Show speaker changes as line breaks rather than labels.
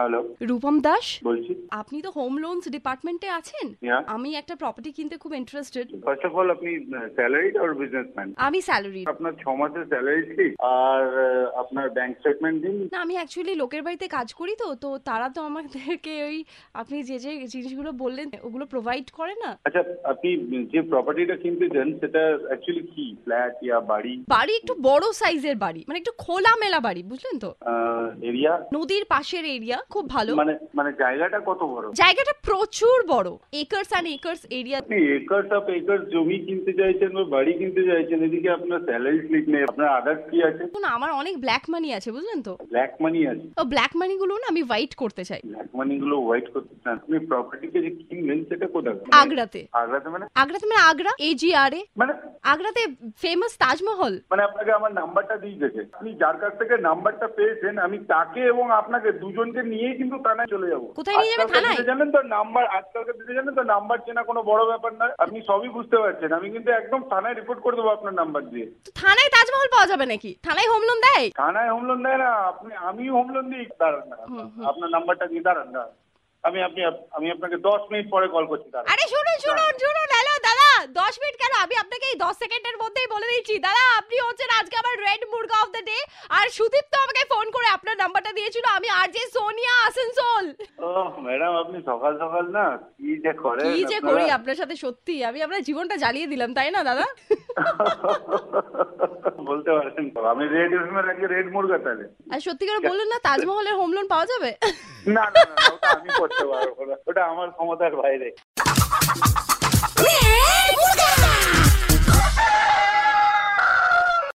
Hello
Rupam Das
বলছি
আপনি তো হোম লোনস ডিপার্টমেন্টে আছেন
হ্যাঁ
আমি একটা প্রপার্টি কিনতে খুব ইন্টারেস্টেড
ফার্স্ট অফ অল আপনি uh, স্যালারিড আর বিজনেসম্যান
আমি স্যালারি
আপনার ছ মাসের স্যালারি দিন আর আহ, আপনার ব্যাংক স্টেটমেন্ট দিন
না আমি অ্যাকচুয়ালি লোকের বাড়িতে কাজ করি তো তো তারা তো আমাদেরকে ওই আপনি যে যে জিনিসগুলো বললেন ওগুলো প্রোভাইড করে না
আচ্ছা আপনি যে প্রপার্টিটা কিনতে চান সেটা অ্যাকচুয়ালি কি ফ্ল্যাট ইয়া বাড়ি
বাড়ি একটু বড় সাইজের বাড়ি মানে একটু খোলা মেলা বাড়ি বুঝলেন তো
এরিয়া
নদীর পাশের এরিয়া খুব ভালো
uh, মানে মানে জায়গাটা কত বড়
জায়গাটা প্রচুর বড় একর্স অ্যান্ড একর্স এরিয়া
আপনি একর্স অফ একর্স জমি কিনতে চাইছেন বা বাড়ি কিনতে চাইছেন এদিকে আপনার স্যালারি স্লিপ নেই আপনার আদার্স কি আছে
আমার অনেক ব্ল্যাক মানি আছে বুঝলেন তো
ব্ল্যাক মানি আছে
ও ব্ল্যাক মানি গুলো না আমি হোয়াইট করতে চাই
ব্ল্যাক মানি গুলো হোয়াইট করতে চান আপনি প্রপার্টিকে যে কিনলেন সেটা কোথায় মানে
আগ্রাতে
আগ্রাতে মানে
আগ্রাতে মানে আগ্রা এজিআরে
মানে
আগ্রাতে ফেমাস তাজমহল
মানে আপনাকে আমার নাম্বারটা দিয়ে গেছে আপনি যার কাছ থেকে নাম্বারটা পেয়েছেন আমি তাকে এবং আপনাকে দুজনকে নিয়েই কিন্তু থানায় চলে যাবো
কোথায় নিয়ে যাবেন?
আজকালকার
থানায়?
দিনে জানেন তো নাম্বার আজকালকার দিনে জানেন তো নাম্বার চেনা কোনো বড় ব্যাপার নয় আপনি সবই বুঝতে পারছেন আমি কিন্তু একদম থানায় রিপোর্ট করে দেবো আপনার নাম্বার দিয়ে
তো থানায় তাজমহল পাওয়া যাবে নাকি থানায় হোম লোন দেয়
থানায় হোম লোন দেয় না আপনি আমি হোম লোন দিই দাঁড়ান না আপনার নাম্বারটা দিয়ে দাঁড়ান না আমি আপনি আমি আপনাকে দশ মিনিট পরে কল করছি দাঁড়ান
আরে শুনুন শুনুন শুনুন হ্যালো দাদা দশ মিনিট কেন আমি আপনাকে এই দশ সেকেন্ডের মধ্যেই বলে দিচ্ছি দাদা আপনি হচ্ছেন আজকে আমার রেড মুরগা অফ দ্য ডে আর সুদীপ তো আমাকে ফোন করে আপনার নাম্বারটা দিয়েছিল আমি আর যে সোনিয়া আসানসোল
ও ম্যাডাম আপনি সকাল সকাল না কি যে করেন
কি যে
আপনারা।
করি আপনার সাথে সত্যি আমি আপনার জীবনটা জ্বালিয়ে দিলাম তাই না দাদা
বলতে পারেন তো। আমি রেড এফএম এর আগে রেড মুরগা তাহলে
আর সত্যি করে বলুন না তাজমহলের হোম লোন পাওয়া যাবে
না না না, না, ওটা আমি করতে পারবো না ওটা আমার ক্ষমতার বাইরে
Red Muda.